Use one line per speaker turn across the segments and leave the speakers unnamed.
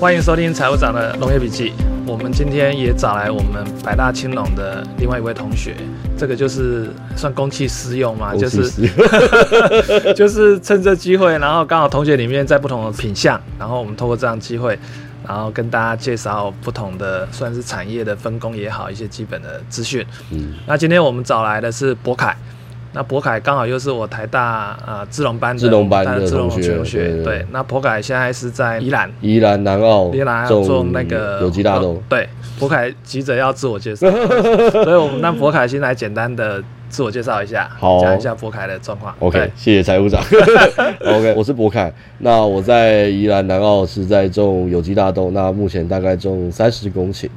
欢迎收听财务长的农业笔记。我们今天也找来我们百大青农的另外一位同学，这个就是算公器私用嘛，就
公器
哦是
私用
就是趁这机会，然后刚好同学里面在不同的品相，然后我们透过这样机会，然后跟大家介绍不同的算是产业的分工也好，一些基本的资讯。
嗯，
那今天我们找来的是博凯，那博凯刚好又是我台大呃资农班的
资农班
大
的
资农
同学对对
对，那博凯现在是在宜兰。
宜兰南澳
宜兰要做那个
有机大豆
哦，对，博凯急着要自我介 绍，所以我们让博凯先来简单的自我介绍一下，
好
讲一下博凯的状况。
OK，
对
谢谢财 务长。OK，我是博凯。那我在宜兰南澳是在种有机大豆，那目前大概种三十公顷。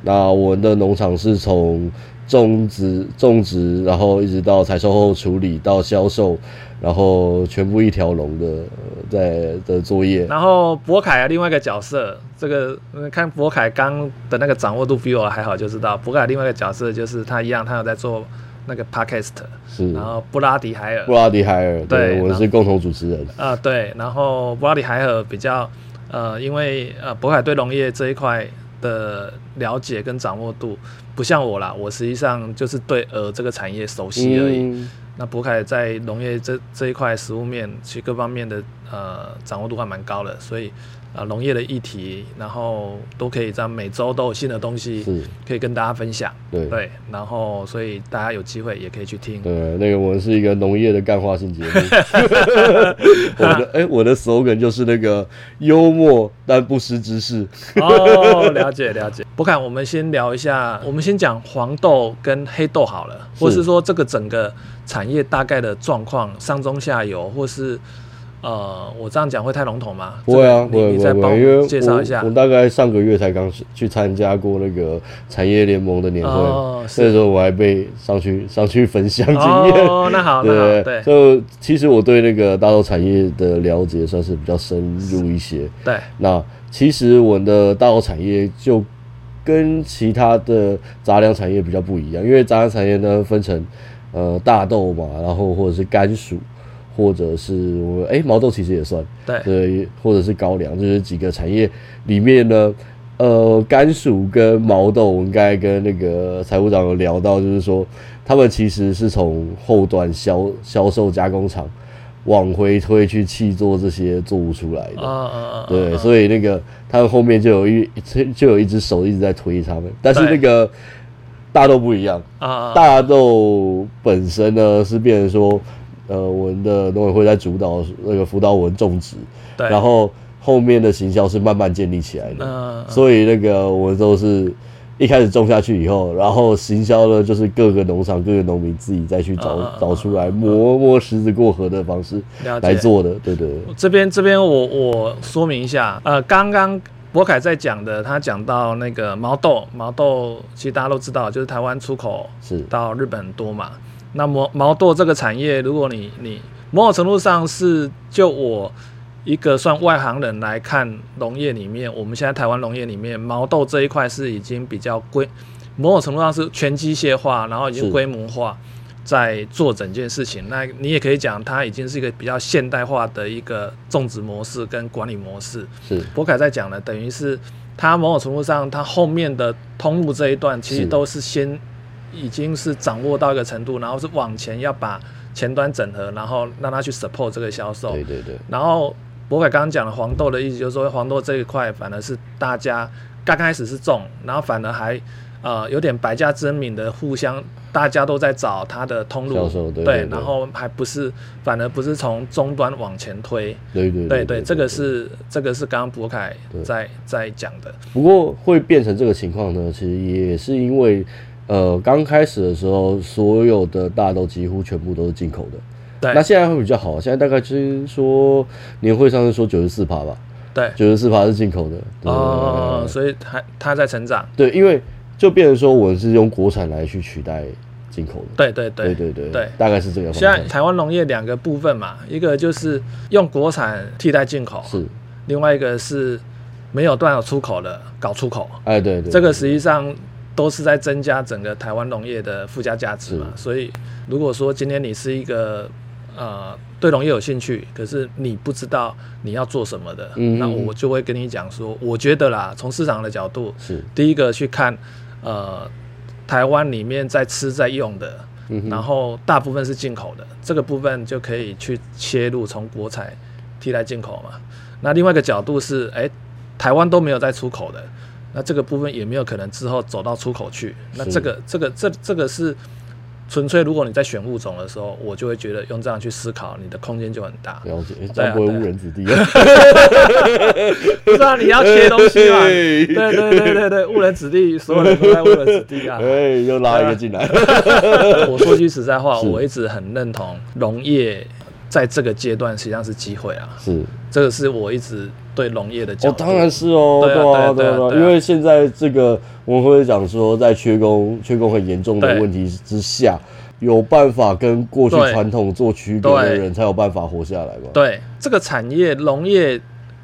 那我们的农场是从种植、种植，然后一直到采收后处理到销售，然后全部一条龙的呃在的作业。
然后博凯啊，另外一个角色，这个嗯看博凯刚的那个掌握度比我还好，就知道博凯另外一个角色就是他一样，他有在做那个 podcast，
是
然后布拉迪海尔
布，拉迪海尔，
对
对，我
然
们
后
是共同主持人。
啊、对，然后布拉迪海尔比较，呃，因为呃，渤海对农业这一块的了解跟掌握度不像我啦，我实际上就是对鹅这个产业熟悉而已。
嗯
那渤海在农业这这一块食物面，其实各方面的呃掌握度还蛮高的，所以呃农业的议题，然后都可以在每周都有新的东西
是，
可以跟大家分享。
对。
对，然后所以大家有机会也可以去听。
对，那个我们是一个农业的干化 性节目。我的哎、我的 slogan 就是那个幽默但不失知识。
哦，了解了解。不看，我们先聊一下，我们先讲黄豆跟黑豆好了，
是
或是说这个整个产业大概的状况，上中下游，或是呃，我这样讲会太笼统吗？
不会啊，
这
不
个
会
你你
不会
再
不
帮
会，因为
我
我
介绍一下
我。大概上个月才刚去去参加过那个产业联盟的年会，
哦是
那时候我还被上去上去分享经验。
哦，那好，那好，
对
对
就其实我对那个大豆产业的了解算是比较深入一些。
对，
那其实我们的大豆产业就跟其他的杂粮产业比较不一样，因为杂粮产业呢分成呃大豆嘛，然后或者是甘薯，或者是我们哎、毛豆其实也算，
对，
对，或者是高粱，就是几个产业里面呢。呃，甘薯跟毛豆，我们刚才跟那个财务长有聊到，就是说他们其实是从后端销销售加工厂往回推去气做这些作物出来的。
哦哦哦，
对，
以
所以那个他们后面就有一就有一只手一直在推他们，但是
对
那个大豆不一样，
啊，
大豆本身呢是变成说，呃，我们的农委会在主导那个辅导我们种植，
对，
然后后面的行销是慢慢建立起来的，
嗯，嗯
所以那个我们都是。一开始种下去以后，然后行销呢，就是各个农场、各个农民自己再去
嗯嗯
找
嗯
找出来磨磨石子过河的方式
了解
来做的，对对对，
这边这边我我说明一下，呃，刚刚博凯在讲的，他讲到那个毛豆，毛豆其实大家都知道，就是台湾出口
是
到日本很多嘛。那毛毛豆这个产业，如果你你某种程度上是就我一个算外行人来看农业里面，我们现在台湾农业里面毛豆这一块是已经比较规，某种程度上是全机械化，然后已经
是
规模化。在做整件事情，那你也可以讲，它已经是一个比较现代化的一个种植模式跟管理模式。
是
博凯在讲的，等于是它某种程度上，它后面的通路这一段其实
是
都是先已经是掌握到一个程度，然后是往前要把前端整合，然后让它去 support 这个销售
对。对对。
然后博凯刚刚讲的黄豆的意思就是说，黄豆这一块反而是大家刚开始是种，然后反而还呃有点百家争鸣的，互相大家都在找它的通路
销，售对对对
然后还不是反而不是从终端往前推，
对对
对对，这个。是这个是刚刚博凯在在讲的，
不过会变成这个情况呢，其实也是因为，呃，刚开始的时候，所有的大豆几乎全部都是进口的。
对
那现在会比较好，现在大概就是说年会上是说九十四趴吧，
对
九十四趴是进口的。对
哦，所以它它在成长，
对，因为就变成说我们是用国产来去取代进口的。
对对对
对对
对
大概是这个方
现在
向。
台湾农业两个部分嘛，一个就是用国产替代进口，
是，
另外一个是没有多少出口的搞出口，
哎对对，
这个实际上都是在增加整个台湾农业的附加价值嘛。所以如果说今天你是一个呃对农业有兴趣，可是你不知道你要做什么的，
嗯
那
嗯嗯
我就会跟你讲说，我觉得啦，从市场的角度，
是，
第一个去看呃台湾里面在吃在用的，
嗯
然
哼，
后大部分是进口的，这个部分就可以去切入，从国产替代进口嘛。那另外一个角度是，哎，台湾都没有在出口的，那这个部分也没有可能之后走到出口去。那这个这个这这个是纯粹，如果你在选物种的时候，我就会觉得用这样去思考，你的空间就很大。
了解，这
对
样
啊
不会
对啊
误人子弟啊。
不知道你要切东西嘛？
嘿
对对对对对，误人子弟，所有人都在误人子弟啊。
哎，又拉一个进来，
啊 我说句实在话，
是
我一直很认同农业在这个阶段实际上是机会啊，
是。
这个是我一直对农业的角
哦，
度。
当然是哦，
对啊
对
对啊
对
对啊
因为现在这个我们会讲说，在缺工、缺工很严重的
对
问题之下，有办法跟过去
对
传统做区隔的
对
人，才有办法活下来嘛。
对这个产业农业，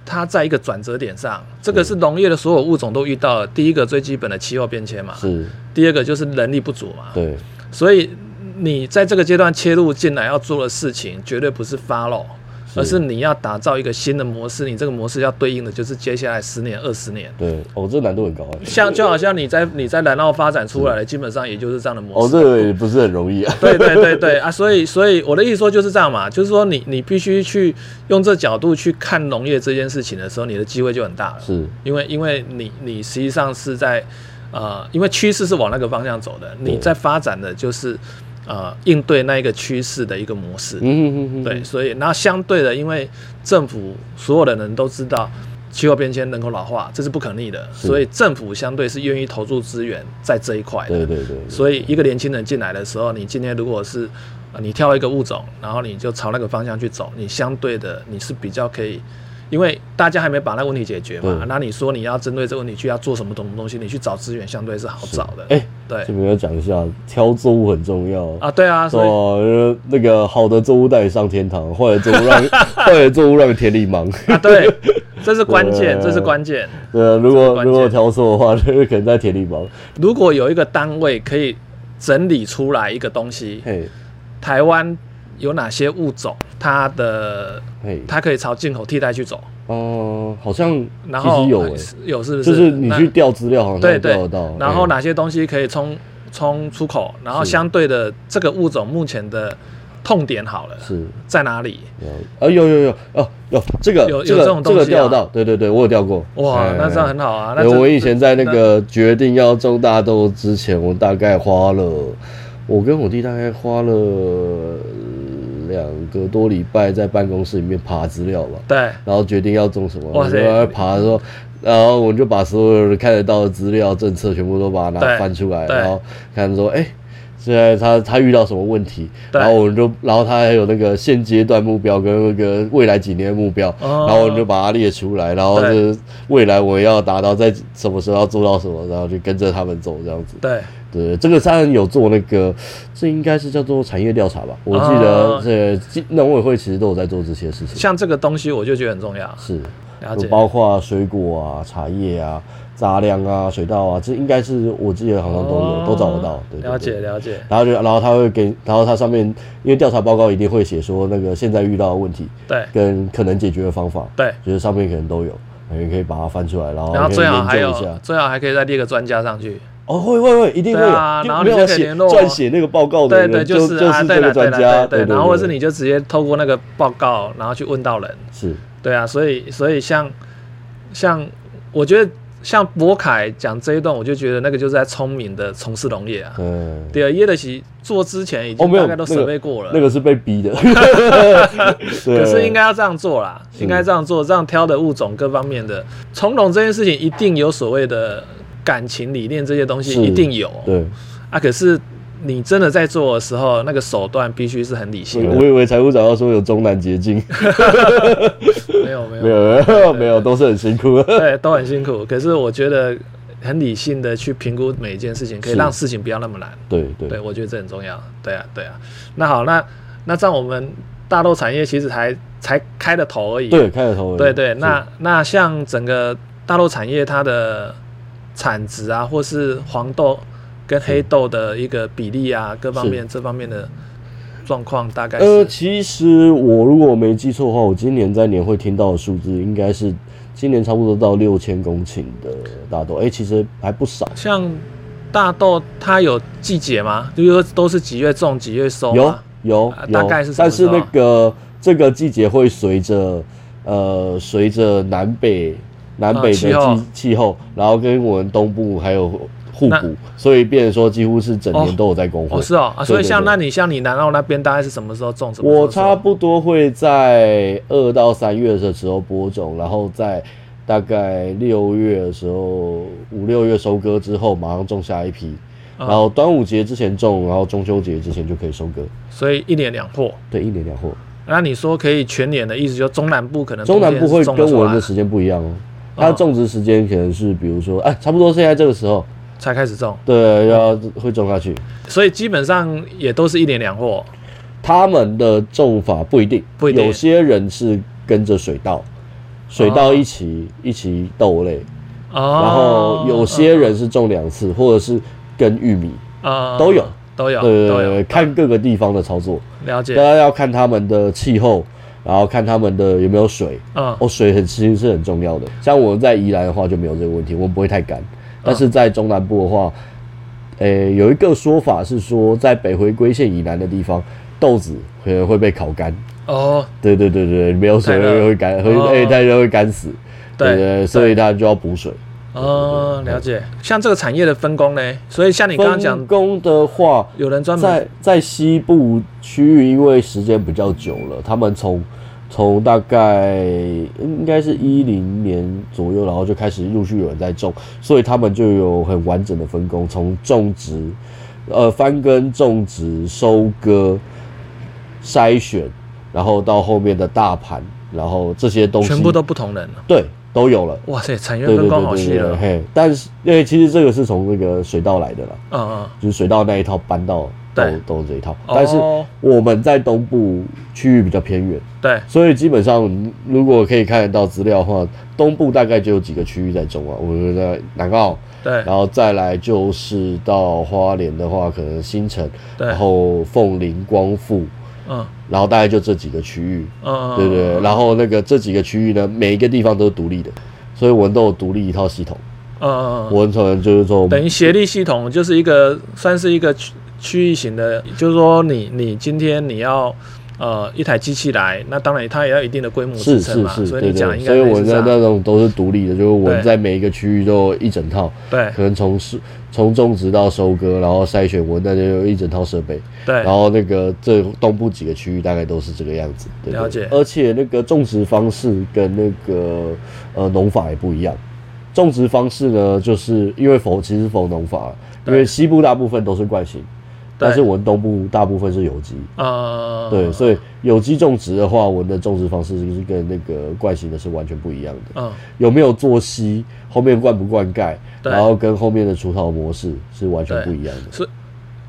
它在一个转折点上，这个是农业的所有物种都遇到了。第一个最基本的气候变迁嘛，
是，
第二个就是人力不足嘛，
对，
所以你在这个阶段切入进来要做的事情，绝对不是 follow。
是
而是你要打造一个新的模式，你这个模式要对应的就是接下来十年、二十年。
对，哦，这难度很高哎。
像就好像你在你在南澳发展出来的，基本上也就是这样的模
哦，
式。
这个也不是很容易啊。
对对对对啊，所以所以我的意思说就是这样嘛，就是说你你必须去用这角度去看农业这件事情的时候，你的机会就很大了。
是，
因为因为你你实际上是在呃，因为趋势是往那个方向走的，你在发展的就是呃应对那一个趋势的一个模式。
嗯哼哼哼，
对，所以那相对的，因为政府所有的人都知道气候变迁、人口老化，这是不可逆的，
是
所以政府相对是愿意投入资源在这一块
对
的。
对对对，
所以一个年轻人进来的时候，你今天如果是呃你挑一个物种，然后你就朝那个方向去走，你相对的你是比较可以。因为大家还没把那个问题解决嘛
对，
那你说你要针对这个问题去要做什么东东西，你去找资源相对是好找的。
哎
对
这边要讲一下，挑作物很重要
啊，对啊，所以
哦，那个好的作物带你上天堂，坏的作物 让坏的作物让你田里忙。
啊，对，这是关键，
对
这是关键。
对啊，如果
关键
如果挑错的话，就是可能在田里忙。
如果有一个单位可以整理出来一个东西，
嘿，
台湾有哪些物种，它的
嘿，
它可以朝进口替代去走，
哦、好像
然
其
后
实有
呃
诶、
是有是不是？
就是你
那
去调资料，好
对
像
对
调得到。
然后
嘿？
哪些东西可以冲冲出口，然后
是
相对的这个物种目前的痛点好了
是，
在哪里？
有啊，有有有哦，有这个
有有
这
这
个
种
这
东西
个
啊
调得到，对对对，我有调过。
哇
嘿，
那这样很好啊！那
对
这
我以前在那个决定要种大豆之前，我大概花了，我跟我弟大概花了呃两个多礼拜在办公室里面爬资料吧，
对
然后决定要种什么，
哇
我
塞
就在爬的时候，然后我就把所有看得到的资料、政策全部都把它拿
对
翻出来，
对
然后看说，哎、现在他他遇到什么问题，
对
然后我们就，然后他还有那个现阶段目标跟那个未来几年的目标，
哦
然后我们就把它列出来，然后
对
是未来我要达到在什么时候要做到什么，然后就跟着他们走这样子。
对
对，这个商人有做那个，这应该是叫做产业调查吧？我记
哦
得这农委会其实都有在做这些事情，
像这个东西我就觉得很重要，
是。
了
有
解。
包括水果啊、茶叶啊、杂粮啊、水稻啊，这应该是我记得好像都有，
哦
都找得到。对对对
了解了解，
然后就，然后他会给，然后他上面因为调查报告一定会写说那个现在遇到的问题
对
跟可能解决的方法，
对。
就是上面可能都有，你可以把它翻出来，然后
然后
哦可以
最好还
研究一下
有。最好还可以再列个专家上去。
哦，会会会，一定会
对啊
有，就
然后
没
你就
有
可以
写
联络
撰写那个报告的
对
人
对，
就是就
啊，
是
对
这
了对
个专
了
家，
对
对
对，然后或者是你就直接透过那个报告，然后去问到人。
是
对啊，所以所以像像我觉得像博凯讲这一段，我就觉得那个就是在聪明的从事农业啊。
嗯。
对啊，耶德奇做之前已
哦，
经
没有，
大概都
那
准
个
备过了，
那个是被逼 的。啊可
可是应该要这样做啦，
嗯
应该这样做，这样挑的物种各方面的从容这件事情，一定有所谓的感情理念这些东西
是
一定有
对，
啊。可是你真的在做的时候，那个手段必须是很理性
我
的，
以为财务长要说有中南 捷径，
没有没有
没有没有没 有，都是很辛苦的。
对，都很辛苦。可是我觉得很理性的去评估每一件事情，可以
是
让事情不要那么难。
对对
对，我觉得这很重要。对啊，对啊。那好，那那这样我们大豆产业其实才才开的头而已。
对，开了头而已。
对对，
是
那那像整个大豆产业它的产值啊，或是黄豆跟黑豆的一个比例啊，各方面这方面的状况大概
呃，
是
其实我如果没记错的话，我今年在年会听到的数字应该是今年差不多到六千公顷的大豆，哎、其实还不少。
像大豆它有季节吗？就是说都是几月种几月收
有
吗？
有
啊
有，
大概是什么
但是
时候啊
那个这个季节会随着呃随着南北南
啊
北的
气
季
候
气候，然后跟我们东部还有互
那
补，所以变成说几乎是整
哦
年都有在工会。
哦，是哦，啊，所以
对对
像
对
那你像你南澳那边大概是什么时候种？什么时候
我差
收
不多会在二到三月的时候播种，然后在大概六月的时候，五六月收割之后，马上种下一批，
啊
然后端午节之前种，然后中秋节之前就可以收割。
所以一年两货。
对，一年两货。
那你说可以全年的意思，就中南部可能
中南
冬
部
天
会
是种得
跟我
出
们
来啊
的时间不一样哦，它种植时间可能是比如说，哎、差不多现在这个时候，
才开始种，
对，要会种下去。
所以基本上也都是一年两货。
他们的种法不一定，
不一定
有些人是跟着水稻，水
啊
稻一起、一起豆类，
哦，嗯
然后有些人是种两次，或者是跟玉米，
啊
都有
都有
对对
都
对
有
对，看各个地方的操作，
了
大
解，
家要看他们的气候，然后看他们的有没有水。
嗯
哦，水很其实是很重要的。像我们在宜兰的话就没有这个问题，我们不会太
嗯
干。但是在中南部的话，诶、有一个说法是说，在北回归线以南的地方，豆子可能会被烤干。
哦，
对对对对，没有水
太热
会干，会
哦
诶，太热会干死。
对
对，所以它就要补水。
哦，了解。像这个产业的分工呢，所以像你刚刚讲
分，工的话，
有人专门
在在西部区域，因为时间比较久了，他们从从大概应该是一零年左右，然后就开始陆续有人在种，所以他们就有很完整的分工，从种植、呃翻耕、种植、收割、筛选，然后到后面的大盘，然后这些东西
全部都不同人了。
对都有了。
哇塞，产业
对
分
对
工
对
好
对
细
对对，
了。
嘿，但是因为其实这个是从那个水稻来的啦，
嗯嗯，
就是水稻那一套搬到豆
对
豆这一套，
哦
但是我们在东部区域比较偏远，
对，
所以基本上如果可以看得到资料的话，东部大概就有几个区域在种啊，我们在南澳，
对
然后再来就是到花莲的话，可能新城，
对
然后凤林、光复，
嗯
然后大概就这几个区域，
嗯，
对对对，然后那个这几个区域呢，每一个地方都是独立的，所以我们都有独立一套系统，
嗯嗯嗯，
我们可能就是说，
等于协力系统就是一个算是一个区区域型的，就是说你你今天你要。呃，一台机器来，那当然它也要一定的规模
是
支撑
是
嘛，
是，
所以
对
你讲
对，
应该
所以
类
我
似
们
这
在
样
那种都是独立的，就是我
对
们在每一个区域都有一整套，
对
可能从是从种植到收割，然后筛选，我们那就有一整套设备。
对
然后那个这东部几个区域大概都是这个样子，对对
了解
而且那个种植方式跟那个呃农法也不一样。种植方式呢，就是因为否其实否农法，因
对
为西部大部分都是惯性，但
对
是我们东部大部分是有机。
呃
对，所以有机种植的话，我们的种植方式就是跟那个惯性的是完全不一样的。
嗯
有没有作息，后面灌不灌溉，
对
然后跟后面的除草模式是完全
对
不一样的。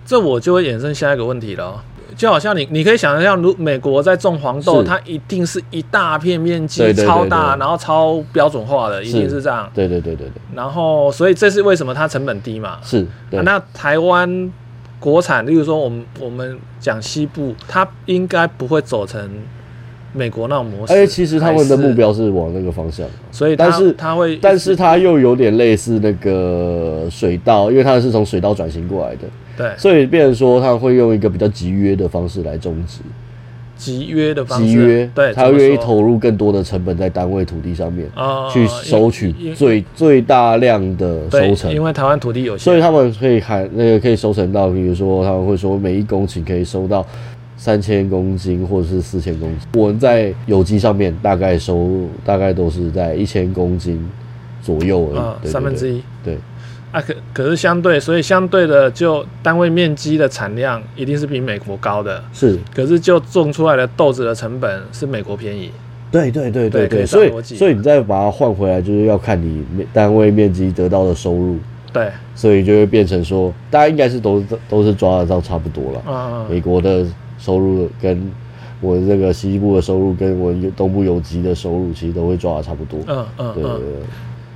这我就会衍生下一个问题了哦，就好像你，你可以想象，如美国在种黄豆，
是
它一定是一大片面积
对对对
超大，
对
然后超标准化的，一定
是
是这样。
对对对对对，
然后，所以这是为什么它成本低嘛？
是，对
啊那台湾国产，例如说我们我们讲西部，它应该不会走成美国那种模式。
而且哎其实他们的
还是
目，标是往那个方向，
所以它
但是
它会，
但是它又有点类似那个水稻，因为他们是从水稻转型过来的，
对
所以变成说他们会用一个比较集约的方式来种植，
集约的方式，
集约，
对，
他
这么
愿意
说
投入更多的成本在单位土地上面，
呃
去收取
因因
最最大量的
对
收成
因。为台湾土地有限，
所以他们可以含那个可以收成到，比如说他们会说每一公顷可以收到三千公斤或者是四千公斤。我们在有机上面大概收大概都是在一千公斤左右而已，
呃
嗯对
三分之
一。
一。
对，
啊，可可是相对，所以相对的，就单位面积的产量一定是比美国高的，
是，
可是就种出来的豆子的成本是美国便宜。
对对对
对可以
对，
这
所
样
以
逻辑
所以你再把它换回来，就是要看你面单位面积得到的收入，
对，
所以就会变成说，大家应该是都都是抓得到差不多了。
嗯，
美国的收入跟我这个西部的收入跟我东部有机的收入其实都会抓的差不多。
嗯嗯
对对
嗯。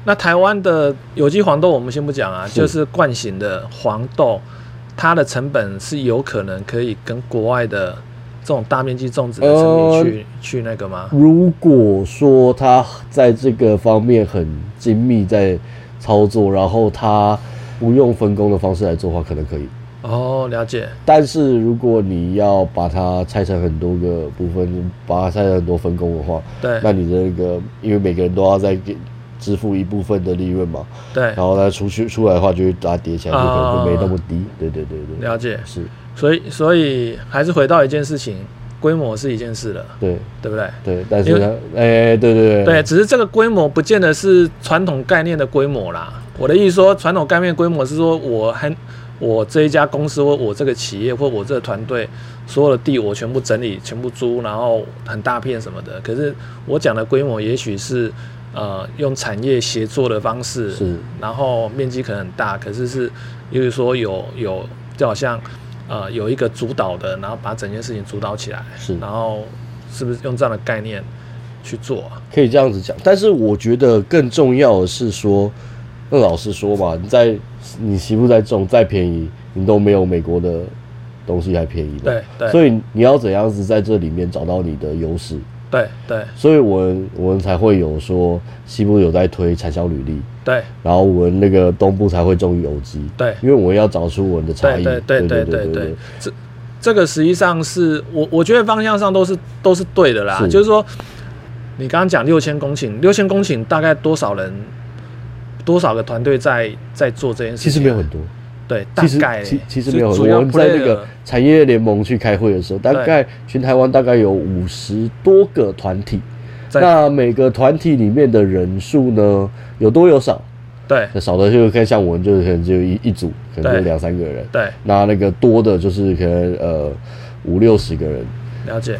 那台湾的有机黄豆我们先不讲啊，
是
就是惯型的黄豆，它的成本是有可能可以跟国外的这种大面积种植的成
呃
品去、去那个吗？
如果说他在这个方面很精密在操作，然后他不用分工的方式来做的话，可能可以。
哦，了解，
但是如果你要把它拆成很多个部分，把它拆成很多分工的话，
对
那你的那个，因为每个人都要再给支付一部分的利润嘛，
对
然，后呢，出去出来的话就会把它叠起来，就可能会没那么低。对对对对，
啊了解。
是，
所以所以还是回到一件事情，规模是一件事了，
对
对不对？
对，但
因
是
为
它，哎，对对
对，，只是这个规模不见得是传统概念的规模啦。我的意思说，传统概念规模是说我很我这一家公司或我这个企业或我这个团队所有的地我全部整理、全部租，然后很大片什么的。可是我讲的规模也许是呃用产业协作的方式，
是
然后面积可能很大，可是是，例如说有有就好像呃有一个主导的，然后把整件事情主导起来，
是
然后是不是用这样的概念去做啊？
可以这样子讲。但是我觉得更重要的是说，那老实说嘛，你在你媳妇再重再便宜，你都没有美国的东西还便宜的。
对对
所以你要怎样子在这里面找到你的优势？
对对
所以我们我们才会有说西部有在推产销履历，
对
然后我们那个东部才会重于有机，
对
因为我们要找出我们的差
对
异。
对对对对对
对，
这这个实际上是我我觉得方向上都是都是对的啦，
是
就是说你刚刚讲六千公顷，六千公顷大概多少人？多少个团队在在做这件事情啊？
其实没有很多，
对，大
其实
概
其其实
就
没有很
主
多。
要
我们在那
player
个产业联盟去开会的时候，大
对
概全台湾大概有五十多个团体，
在
那每个团体里面的人数呢，有多有少？
对
那少的就可以像我们就是可能只有一一组，可能就
对
两三个人。
对，
那那个多的就是可能呃五六十个人，
了解。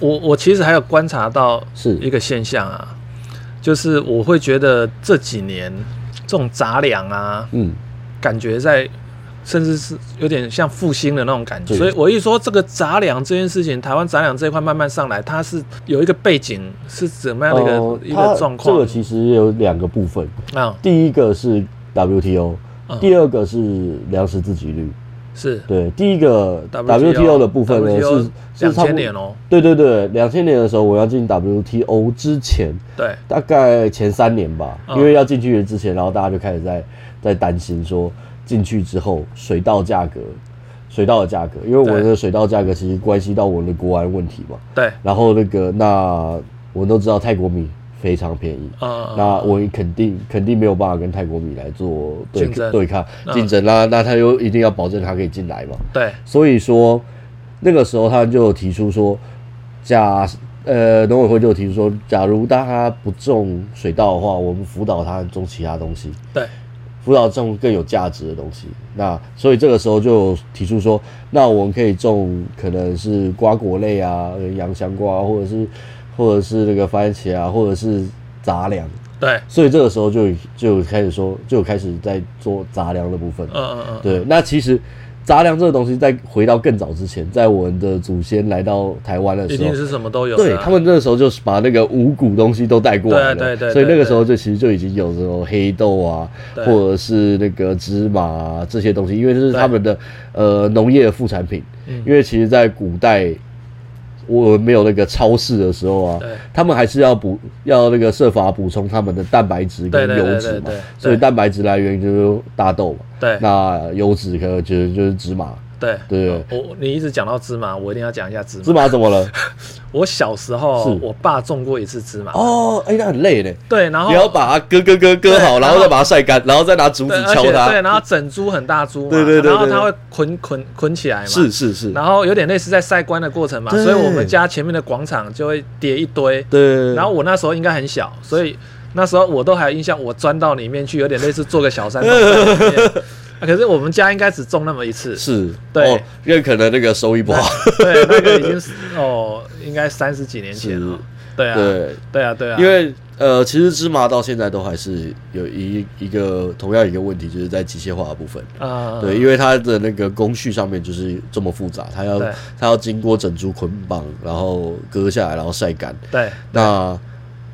我我其实还有观察到
是
一个现象啊，就是我会觉得这几年这种杂粮啊，
嗯，
感觉在甚至是有点像复兴的那种感觉。
是
所以我一说这个杂粮这件事情，台湾杂粮这一块慢慢上来，它是有一个背景是怎么样的一个、
呃
一
它
个状
这
况
个其实有两个部分，
啊？
第一个是 WTO，、
嗯
第二个是粮食自给率。
是
对，第一个
WTO
WTO 的部分呢
WTO
是
两
是差不
千
多
年哦，
对对对，两千年的时候我要进 WTO 之前，
对
大概前三年吧，
嗯
因为要进去之前，然后大家就开始在在担心说进去之后水稻价格，水稻的价格，因为我们
对
的水稻价格其实关系到我们的国安问题嘛。
对，
然后那个那我们都知道泰国米非常便宜。
呃，
那我肯定肯定没有办法跟泰国米来做对
竞争
对抗
嗯
竞争啦，那他又一定要保证他可以进来嘛。
对
所以说那个时候他就有提出说，假呃农委会就有提出说，假如大家不种水稻的话，我们辅导他种其他东西，
对
辅导种更有价值的东西。那所以这个时候就有提出说，那我们可以种可能是瓜果类啊，洋香瓜，或者是或者是那个番茄啊，或者是杂粮。
对，
所以这个时候就就开始说，就开始在做杂粮的部分。
嗯嗯嗯，
对，那其实杂粮这个东西，在回到更早之前，在我们的祖先来到台湾的
一
时
定
候，
是什么都有的啊，
对他们那时候就是把那个五谷东西都带过来了，
对对对
所以
对
那个
对
时候就其实就已经有这种黑豆啊，
对
或者是那个芝麻、啊、这些东西，因为这是
对
他们的呃农业的副产品，
嗯
因为其实，在古代。我们没有那个超市的时候啊
对，
他们还是要补要那个设法补充他们的蛋白质
对
跟
对对
油
对
脂嘛
对对，
所以蛋白质来源就是大豆嘛。
对
那油脂可能就是就是芝麻，
对
对不对？
我你一直讲到芝麻，我一定要讲一下芝麻。
芝麻怎么 了？
我小时候
是，
我爸种过一次芝麻，
哦，哎，那很累嘞。
对，然后
你要把它割割割割好，
对
然
然
后
后
再把它晒干，然后再拿竹
对，
子
而
敲
且对，
它。
然后整株很大株嘛，
对对对对
然后它会捆捆捆起来嘛，
是，是是，
然后有点类似在晒关的过程嘛，
对
所以我们家前面的广场就会叠一堆，
对。
然后我那时候应该很小，所以那时候我都还有印象，我钻到里面去，有点类似做个小山洞在里 面。啊可是我们家应该只种那么一次，
是，
对
哦，因为可能那个收益不好。
对，那个已经是哦，应该三十几年前了
是。
对啊，
对，
对啊，对啊，
因为呃，其实芝麻到现在都还是有一一个同样一个问题，就是在机械化的部分。
啊，
对，因为它的那个工序上面就是这么复杂，它要
对
它要经过整株捆绑，然后割下来，然后晒干。
对
那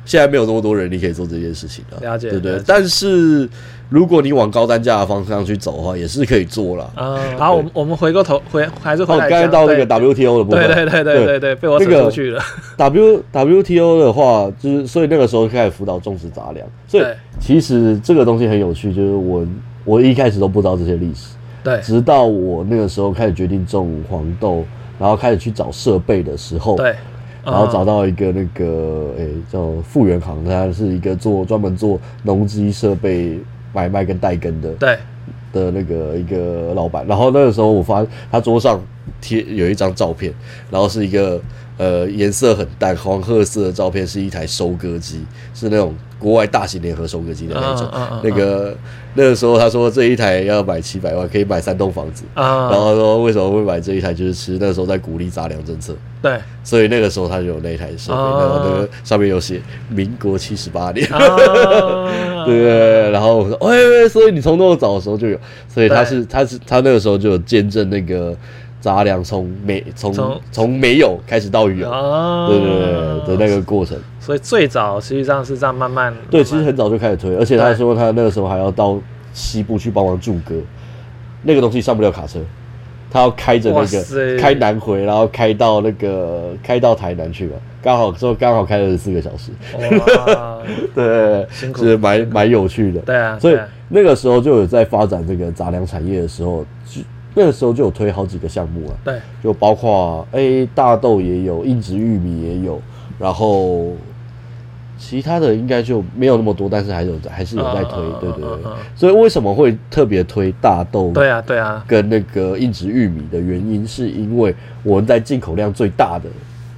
现在没有那么多人力可以做这件事情啊，
了解
对不
了
对
解？
但是如果你往高单价的方向去走的话，也是可以做啦。
嗯，好，我们我们回过头回还是
哦，
回来
刚才
讲
到那个
对
WTO 的部分，
对对对对对对，被我扯出去了。
W WTO 的话，就是所以那个时候开始辅导种植杂粮，所以
对
其实这个东西很有趣，就是我我一开始都不知道这些历史，
对
直到我那个时候开始决定种黄豆，然后开始去找设备的时候，
对，
哦然后找
嗯
到一个那个诶、叫富源行，它是一个做专门做农机设备买卖跟代耕的
对
的那个一个老板，然后那个时候我发他桌上贴有一张照片，然后是一个呃颜色很淡黄褐色的照片，是一台收割机，是那种国外大型联合收割机的那
嗯
种。
嗯嗯嗯
那个那个时候他说这一台要买七百万，可以买三栋房子。然
啊，
后他说为什么会买这一台，就是吃那时候在鼓励杂粮政策，
对
所以那个时候他就有那一台设备，
哦
然后那个上面有写民国七十八年。
啊，
对对 对，然后我说，哎、喂所以你从那么早的时候就有，所以他
对
是他是他那个时候就有见证那个杂粮从没
从
从从没有开始到有，
啊，
对对对对的那个过程。
所以最早实际上是这样慢慢
对，
慢
其实
慢
很早就开始推，而且他说他那个时候还要到西部去帮忙驻歌，那个东西上不了卡车，他要开着那
哇塞
个开南回，然后开到那个开到台南去嘛，刚好说刚好开了四个小时，
哇，
对，
辛苦
是蛮蛮有趣的。
对啊，
所以
对啊
那个时候就有在发展这个杂粮产业的时候，就那个时候就有推好几个项目啊，
对
就包括哎、大豆也有，硬质玉米也有，然后其他的应该就没有那么多，但是还有还是有在推，
嗯嗯嗯
对对
嗯
对
嗯嗯。
所以为什么会特别推大豆
对啊对啊，
跟那个硬质玉米的原因，是因为我们在进口量最大的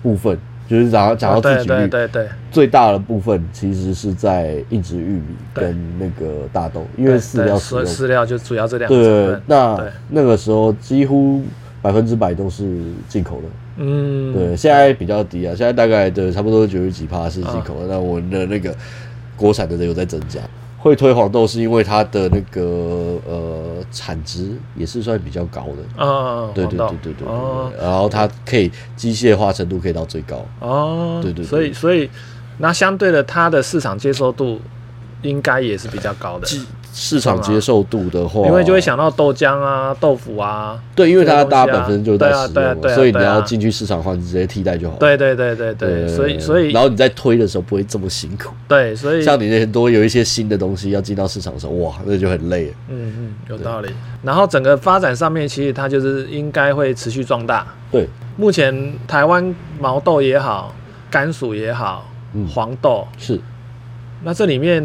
部分，就是讲到讲到自
哦对
给率
对对对
最大的部分其实是在硬质玉米
对
跟那个大豆，因
对，
为饲料使
对
用。
饲料就主要这两个成
对
分，，
那
对
那个时候几乎百分之百都是进口的。
嗯，
对，现在比较低啊，现在大概对差不多九十几趴是
嗯
进口的。那我们的那个国产的有在增加。会推黄豆是因为它的那个呃产值也是算比较高的。
嗯，嗯，嗯
对对
黄豆
对对对对
哦
对，然后它可以机械化程度可以到最高。
哦，
对对对
所以所以那相对的，它的市场接受度应该也是比较高的，
市场接受度的话，
因为就会想到豆浆啊、豆腐啊，
对，因为它
这些东
大
西啊
家本身就在
对啊
使
对啊
用
对
嘛，
啊
所以你
对啊
要进去市场的话，你直接替代就好了。
对对对对对，所以所以
然后你在推的时候不会这么辛苦。
对，所以
像你那很多有一些新的东西要进到市场的时候，哇，那就很累了。
嗯嗯有道理。然后整个发展上面，其实它就是应该会持续壮大。
对，
目前台湾毛豆也好，甘薯也好，
嗯
黄豆，
是
那这里面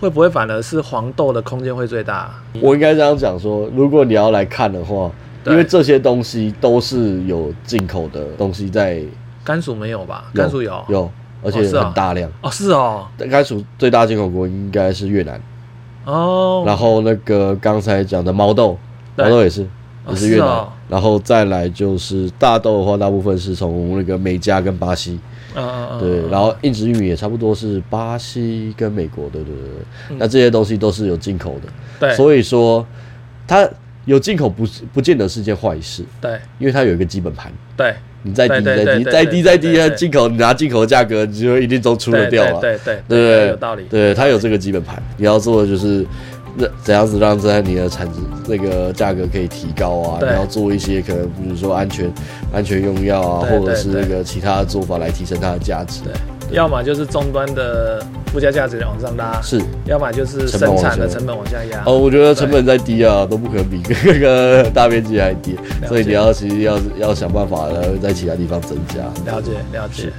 会不会反而是黄豆的空间会最大？
我应该这样讲说，如果你要来看的话，
对
因为这些东西都是有进口的东西在，
甘薯没有吧？
有
甘薯有
有，而且
哦是啊
很大量。
哦，是哦，
甘薯最大进口国应该是越南，
哦，
然后那个刚才讲的毛豆，
对
毛豆也是
哦
也是越
是
南
哦，
然后再来就是大豆的话，大部分是从那个美加跟巴西，
嗯嗯嗯，
对，然后硬质玉米也差不多是巴西跟美国，对对对对。
嗯
那这些东西都是有进口的，
对，
所以说它有进口不是不见得是件坏事，
对
因为它有一个基本盘。
对
你再低
对对
再
对
低
对
再低
对
再
对
低，它
对
进口你拿进口的价格，你就一定都出
对
得掉
对
了，
对对
对不对？
有道理，
对，它有这个基本盘，你要做的就是。那怎样子让在你的产值那个价格可以提高啊？
对
你要做一些可能，比如说安全、安全用药啊，
对
或者
对
是
对
那个其他的做法来提升它的价值。
对，要么就是终端的附加价值往上拉，
是
要么就是
成本
生
往
产的
下
成本往下压。
哦，我觉得成本再低啊，都不可能比 那个大面呃积还低，所以你要其实要要想办法，然后在其他地方增加。
了解了解，